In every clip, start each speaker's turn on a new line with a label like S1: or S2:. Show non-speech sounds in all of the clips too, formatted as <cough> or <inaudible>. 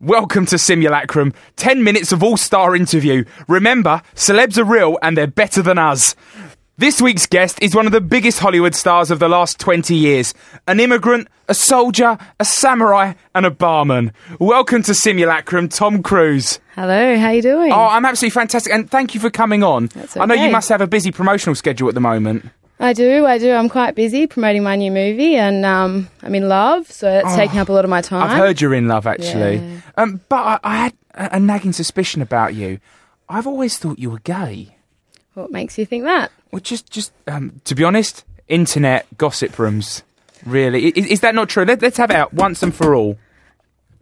S1: Welcome to Simulacrum. 10 minutes of all star interview. Remember, celebs are real and they're better than us. This week's guest is one of the biggest Hollywood stars of the last 20 years an immigrant, a soldier, a samurai, and a barman. Welcome to Simulacrum, Tom Cruise.
S2: Hello, how you doing?
S1: Oh, I'm absolutely fantastic, and thank you for coming on.
S2: That's
S1: I know you
S2: okay.
S1: must have a busy promotional schedule at the moment.
S2: I do, I do. I'm quite busy promoting my new movie, and um, I'm in love, so it's taking up a lot of my time.
S1: Oh. I've heard you're in love, actually.
S2: Yeah.
S1: Um, but I, I had a, a nagging suspicion about you. I've always thought you were gay.
S2: What makes you think that?
S1: Well, just, just um, to be honest, internet gossip rooms. Really, I- is, is that not true? Let, let's have it out once and for all.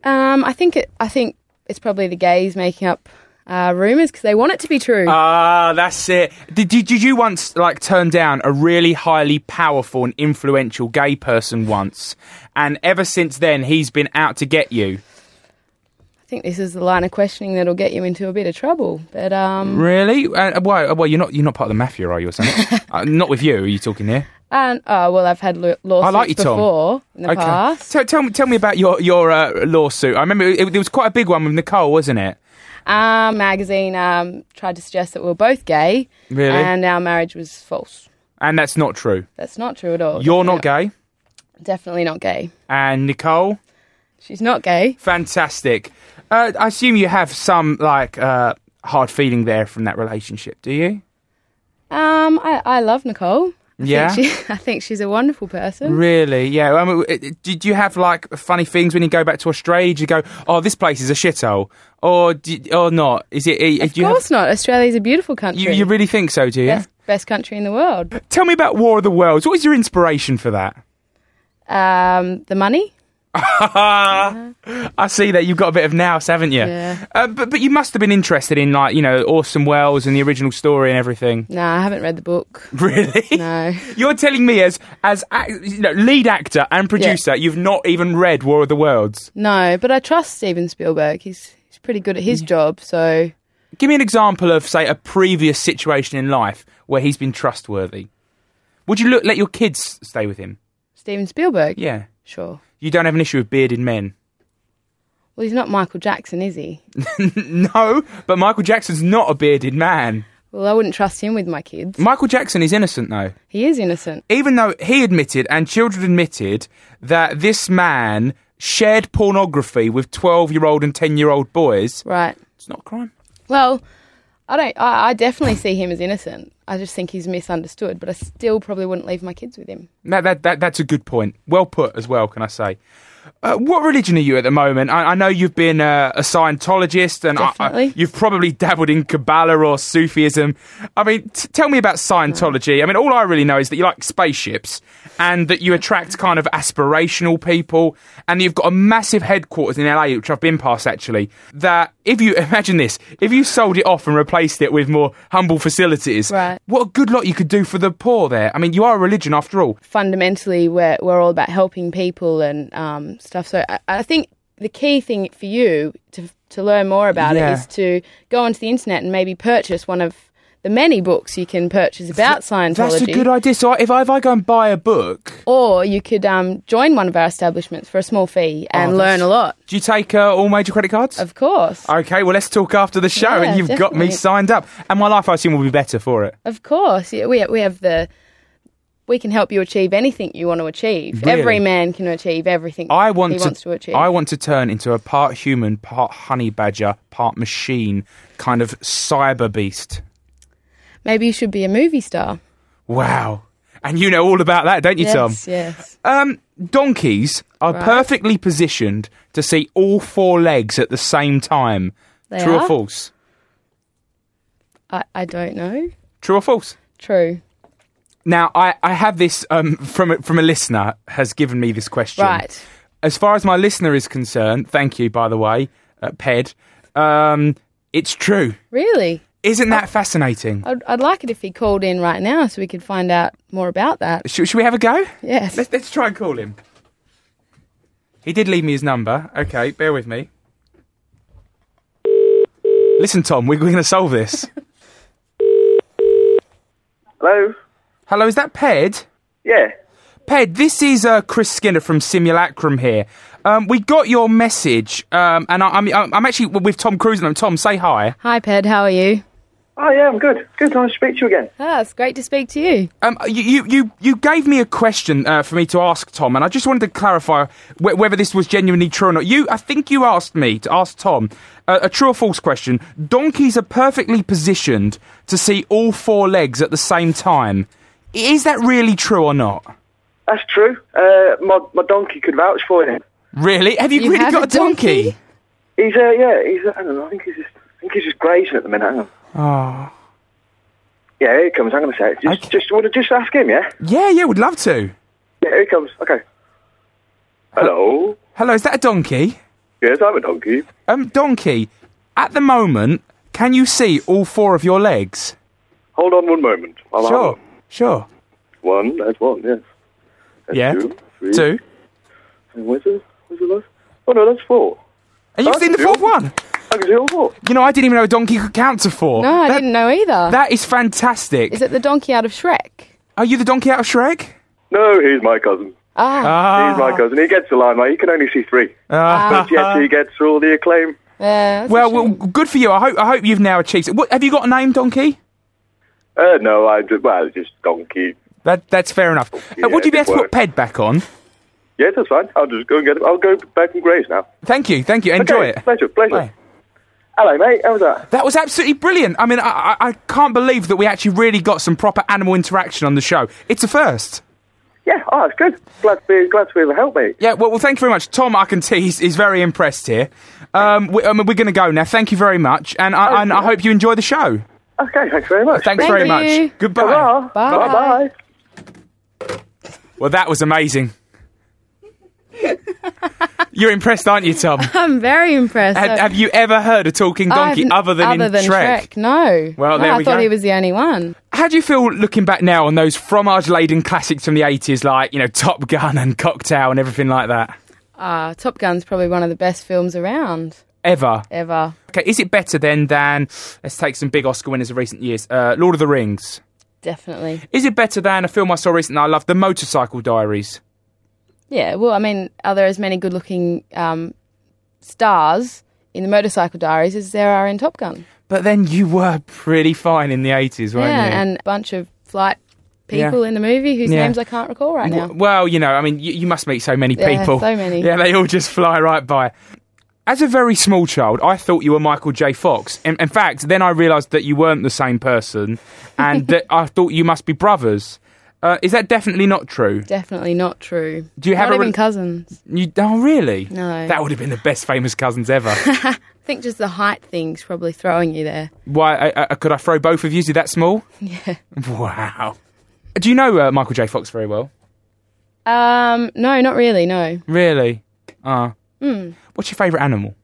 S2: Um, I think it, I think it's probably the gays making up uh, rumors because they want it to be true.
S1: Ah, that's it. Did, did, did you once like turn down a really highly powerful and influential gay person once? And ever since then, he's been out to get you.
S2: I think this is the line of questioning that'll get you into a bit of trouble. But um,
S1: Really? Uh, well, well, you're not you're not part of the mafia, are you, or <laughs> something? uh, not with you. Are you talking here?
S2: and oh well, I've had lo- lawsuits
S1: I like you, Tom.
S2: before in the past.
S1: So tell me tell me about your your uh, lawsuit. I remember it, it was quite a big one with Nicole, wasn't it?
S2: Um, magazine um, tried to suggest that we were both gay,
S1: Really?
S2: and our marriage was false.
S1: And that's not true.
S2: That's not true at all.
S1: You're not gay,
S2: Definitely not gay.
S1: and Nicole,
S2: She's not gay.
S1: fantastic. Uh, I assume you have some like uh, hard feeling there from that relationship, do you?
S2: Um, I, I love Nicole. I
S1: Yeah?
S2: think she, <laughs> I think she's a wonderful person.
S1: Really? Yeah. I mean, it- it- did you have like funny things when you go back to Australia? Do you go, oh, this place is a shithole, or do, or not? Is it? eh,
S2: of
S1: do you have-
S2: course not. Australia's a beautiful country.
S1: you, you really think so, do you?
S2: best, best country in the world.
S1: Tell me about War of the Worlds. What was your inspiration for that?
S2: Um, the money.
S1: I see that you've got a bit of nous, haven't you?
S2: Yeah.
S1: Uh, but but you must have been interested in like you know Orson Welles and the original story and everything. <laughs>
S2: No, I haven't read the book.
S1: Really?
S2: No.
S1: You're telling me as as ac- you know, lead actor and producer, you've not even read War of the Worlds.
S2: No, but I trust Steven Spielberg. He's he's pretty good at his job. So
S1: Give me an example of say a previous situation in life where he's been trustworthy. Would you look, let your kids stay with him?
S2: Steven Spielberg.
S1: Yeah.
S2: Sure.
S1: You don't have an issue with bearded men. <laughs>
S2: Well, he's not Michael Jackson, is he?
S1: No, but Michael Jackson's not a bearded man.
S2: Well, I wouldn't trust him with my kids.
S1: Michael Jackson is innocent though.
S2: He is innocent.
S1: even though he admitted and children admitted that this man shared pornography with 12 year old and 10 year old boys,
S2: Right.
S1: it's not a crime.
S2: Well, I don't. I, I definitely see him as innocent. I just think he's misunderstood. But I still probably wouldn't leave my kids with him.
S1: That, that, that, that's a good point. Well put as well, can I say? Uh, what religion are you at the moment? I, I know you've been uh, a Scientologist and I- I-
S2: Definitely.
S1: you've probably dabbled in Kabbalah or Sufism. I mean, t- tell me about Scientology. I mean, all I really know is that you like spaceships and that you attract kind of aspirational people and you've got a massive headquarters in LA, which I've been past actually. That if you <laughs> imagine this, if you sold it off and replaced it with more humble facilities,
S2: Right.
S1: what a good lot you could do for the poor there. I mean, you are a religion after all.
S2: fundamentally we're, we're all about helping people and um, stuff. So I, I think the key thing for you to, to learn more about
S1: Yeah.
S2: it is to go onto the internet and maybe purchase one of the many books you can purchase about Scientology.
S1: That's a good idea. So if I, if I go and buy a book,
S2: or you could um, join one of our establishments for a small fee and
S1: Oh,
S2: learn
S1: that's-
S2: a lot.
S1: do you take uh, all major credit cards?
S2: Of course.
S1: Okay, well, let's talk after the show,
S2: Yeah,
S1: and you've got me
S2: definitely.
S1: signed up. And my life, I assume, will be better for it.
S2: Of course. Yeah, we, we have the. We can help you achieve anything you want to achieve.
S1: Really?
S2: Every man can achieve everything
S1: I want
S2: he
S1: to,
S2: wants to achieve.
S1: I want to turn into a part human, part honey badger, part machine kind of cyber beast.
S2: Maybe you should be a movie star.
S1: Wow. And you know all about that, don't you, Tom?
S2: yes, yes.
S1: Um, donkeys are
S2: Right.
S1: perfectly positioned to see all four legs at the same time.
S2: They
S1: True or
S2: are?
S1: false?
S2: I, I don't know.
S1: True or false?
S2: True.
S1: Now, I, I have this um, from a- from a listener has given me this question.
S2: Right.
S1: As far as my listener is concerned, thank you by the way, uh, Ped. Um, it's true.
S2: Really?
S1: Isn't that fascinating?
S2: I'd, I'd like it if he called in right now so we could find out more about that.
S1: Should, should we have a go?
S2: Yes.
S1: Let's, let's try and call him. He did leave me his number. Okay, bear with me. Listen, Tom, we're, we're going to solve this.
S3: Hello?
S1: Hello, is that Ped?
S3: Yeah.
S1: Ped, this is uh, Chris Skinner from Simulacrum here. Um, we got your message, um, and I, I'm, I'm actually with Tom Cruise. And Tom, say hi.
S2: Hi, Ped. How are you?
S3: Oh yeah, I'm good. Good, nice to speak to you again.
S2: Ah, it's great to speak to you.
S1: Um, you, you, you, you gave me a question uh, for me to ask Tom, and I just wanted to clarify wh- whether this was genuinely true or not. You, I think you asked me to ask Tom uh, a true or false question. Donkeys are perfectly positioned to see all four legs at the same time. Is that really true or not?
S3: That's true. Uh, my my donkey could vouch for it.
S1: Really? Have you,
S2: You
S1: really
S2: have
S1: got
S2: a
S1: a donkey?
S2: donkey?
S3: He's uh, yeah, he's uh, I don't know. I think he's just I think he's just grazing at the minute. Hang on.
S1: Oh.
S3: Yeah, here he comes. I'm going to say it. Just
S1: Okay.
S3: just want to just ask him. Yeah.
S1: Yeah, yeah, would love to.
S3: Yeah, here he comes. Okay. Hello.
S1: Hello, is that a donkey?
S3: Yes, I'm a donkey.
S1: Um, donkey, at the moment, can you see all four of your legs?
S3: Hold on one moment. I'll have
S1: Sure, sure.
S3: One. That's one. Yes. That's
S1: Yeah.
S3: Two. Three.
S1: Two.
S3: And where's the where's the last? Oh no, that's four.
S1: And you've
S3: That's
S1: seen the
S3: two.
S1: fourth one.
S3: I can see all four.
S1: You know, I didn't even know a donkey could count to four.
S2: No, I
S1: That-
S2: didn't know either.
S1: That is fantastic.
S2: Is it the donkey out of Shrek?
S1: Are you the donkey out of Shrek?
S3: No, he's my cousin.
S2: Ah,
S1: Ah.
S3: He's my cousin. He gets the limelight. He can only see
S1: <laughs>
S3: three.
S1: Ah.
S3: But yet he gets all the acclaim.
S2: yeah, that's a
S1: well, well,
S2: shame.
S1: good for you. I hope I hope you've now achieved. it. What have you got a name, donkey?
S3: Uh, no, I just, well, just donkey.
S1: That that's fair enough. Uh, would
S3: Oh, Yeah,
S1: you be
S3: good
S1: able to put
S3: work.
S1: Ped back on?
S3: Yeah, that's fine. I'll just go and get it. I'll go back and graze now.
S1: Thank you, thank you. Enjoy
S3: okay,
S1: it.
S3: Pleasure, pleasure.
S1: Bye.
S3: Hello, mate. How was that?
S1: That was absolutely brilliant. I mean, I, I, I can't believe that we actually really got some proper animal interaction on the show. It's a first.
S3: Yeah, oh, it's good. Glad to be, glad to be able to help, mate.
S1: Yeah, well, well thank you very much. Tom, I can see he's, he's very impressed here. Um, we, I mean, we're going to go now. Thank you very much. And I, and I hope you enjoy the show.
S3: Okay, thanks very much.
S1: Thanks
S2: Thank
S1: very
S2: you.
S1: much. Goodbye.
S3: Bye.
S2: Bye.
S3: Bye.
S1: Well, that was
S2: <laughs>
S1: amazing. You're impressed, aren't you,
S2: <laughs>
S1: Tom? Have,
S2: I'm very impressed.
S1: have you ever heard a talking donkey
S2: I've-
S1: other than
S2: other
S1: in
S2: than
S1: Shrek?
S2: No.
S1: Well,
S2: No,
S1: there
S2: I
S1: we
S2: thought
S1: go.
S2: he was the only one.
S1: How do you feel looking back now on those fromage laden classics from the 80s, like, you know, Top Gun and Cocktail and everything like that?
S2: Ah, Top Gun's probably one of the best films around
S1: Ever.
S2: ever.
S1: Okay, is it better then than, let's take some big Oscar winners of recent years, uh, Lord of the Rings?
S2: Definitely.
S1: Is it better than a film I saw recently I loved, The Motorcycle Diaries?
S2: Yeah. Well, I mean, are there as many good-looking um, stars in the Motorcycle Diaries as there are in Top Gun?
S1: But then you were pretty fine in the 80s, weren't
S2: yeah,
S1: you?
S2: and a bunch of flight
S1: Yeah.
S2: people in the movie whose
S1: Yeah.
S2: names I can't recall right now.
S1: W- Well, you know, I mean, you, you must meet so many
S2: Yeah,
S1: people.
S2: so many.
S1: Yeah, they all just fly right by. As a very small child, I thought you were Michael J. Fox. In, in fact, then I realised that you weren't the same
S2: <laughs>
S1: person and that I thought you must be brothers. Uh, is that definitely not true?
S2: Definitely not true.
S1: Do you have
S2: not
S1: a
S2: even
S1: rel-
S2: cousins?
S1: You, oh, really?
S2: No.
S1: That would have been the best famous cousins ever.
S2: I think just the height thing's probably throwing you there.
S1: Why? I, I, could I throw both of you? Is he that small?
S2: <laughs> Yeah.
S1: Wow. Do you know uh, Michael J. Fox very well?
S2: Um, no, not really. No.
S1: Hmm. Really? Ah.
S2: Hmm.
S1: What's your favourite animal?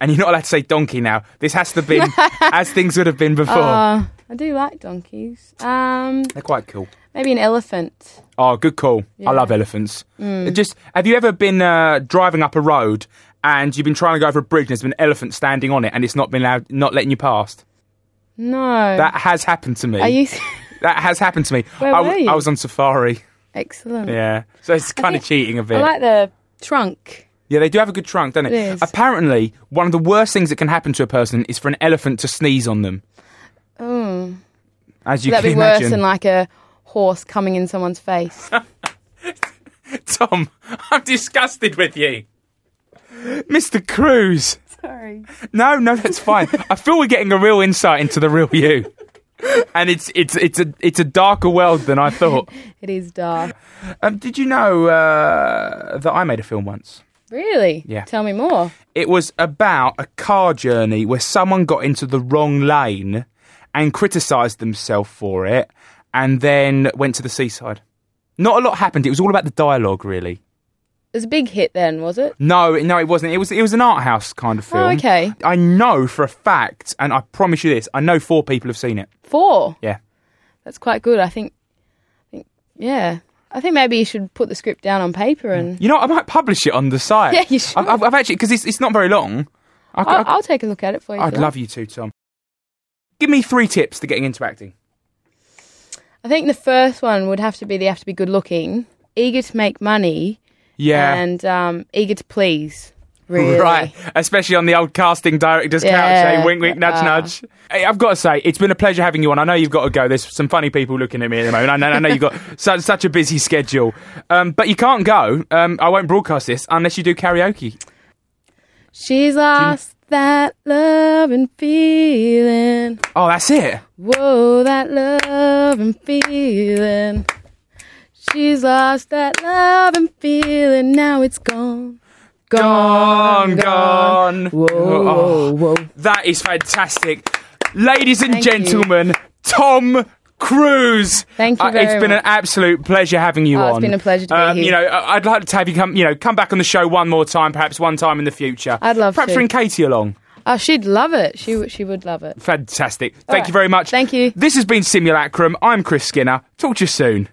S1: And you're not allowed to say donkey now. This has to be
S2: <laughs>
S1: as things would have been before.
S2: Uh, I do like donkeys. Um,
S1: They're quite cool.
S2: maybe an elephant.
S1: Oh, good call. I love elephants.
S2: Hmm.
S1: It Just have you ever been uh, driving up a road and you've been trying to go over a bridge and there's been an elephant standing on it and it's not been allowed, not letting you past?
S2: No.
S1: That has happened to me.
S2: Are you <laughs>
S1: That has happened to me.
S2: Where
S1: I,
S2: were you?
S1: I was on safari.
S2: excellent?
S1: Yeah. So it's kind of
S2: think-
S1: cheating a bit.
S2: I like the trunk.
S1: Yeah, they do have a good trunk, don't they?
S2: It is.
S1: Apparently, one of the worst things that can happen to a person is for an elephant to sneeze on them.
S2: Mm.
S1: As you
S2: That'd
S1: can
S2: be worse
S1: imagine.
S2: than like a horse coming in someone's face.
S1: Tom, <laughs> I'm disgusted with you. Mr. Cruz.
S2: Sorry.
S1: No, no, that's fine. I feel we're getting a real insight into the real you. And it's it's it's a it's a darker world than I thought.
S2: It is dark.
S1: Um, did you know uh, that I made a film once?
S2: Really?
S1: Yeah.
S2: Tell me more.
S1: It was about a car journey where someone got into the wrong lane and criticised themselves for it and then went to the seaside. Not a lot happened. It was all about the dialogue, really.
S2: It was a big hit then, was it?
S1: No, no, it wasn't. It was it was an art house kind of film.
S2: Oh, okay.
S1: I know for a fact, and I promise you this, I know four people have seen it.
S2: Four.
S1: Yeah.
S2: That's quite good. I think. I think yeah. I think maybe you should put the script down on paper and
S1: You know, I might publish it on the site.
S2: <laughs> Yeah, you should. Oh,
S1: I've, I've, I've actually because it's it's not very long. I,
S2: I'll, I'll take a look at it for you.
S1: would love you to, Tom. Give me three tips to getting into acting.
S2: I think the first one would have to be they have to be good looking. eager to make money
S1: Yeah.
S2: and um, eager
S1: <laughs>
S2: to please. Really.
S1: Right, especially on the old casting director's couch.
S2: Yeah.
S1: Eh? Wink, wink, nudge,
S2: Ah.
S1: nudge. Hey, I've got to say, it's been a pleasure having you on. I know you've got to go. There's some funny people looking at me at the moment. I know, I know you've got <laughs> such, such a busy schedule, um, but you can't go. Um, I won't broadcast this unless you do karaoke.
S2: She's lost that love and feeling.
S1: Oh, that's it.
S2: Whoa, that love and feeling. She's lost that love and feeling. Now it's gone.
S1: Gone, gone.
S2: Whoa,
S1: Oh.
S2: whoa, whoa.
S1: That is fantastic. Ladies and
S2: Thank you.
S1: gentlemen, Tom Cruise.
S2: Thank you
S1: Uh,
S2: very
S1: it's been an
S2: much.
S1: absolute pleasure having you
S2: Oh,
S1: on.
S2: it's been a pleasure to be
S1: um,
S2: here.
S1: You know, I- I'd like to have you come, you know, come back on the show one more time, perhaps one time in the future.
S2: I'd love
S1: Perhaps
S2: to.
S1: bring Katie along.
S2: Oh, she'd love it. She w- she would love it.
S1: Fantastic. Thank
S2: right.
S1: you very much.
S2: Thank you.
S1: This has been Simulacrum. I'm Chris Skinner. Talk to you soon.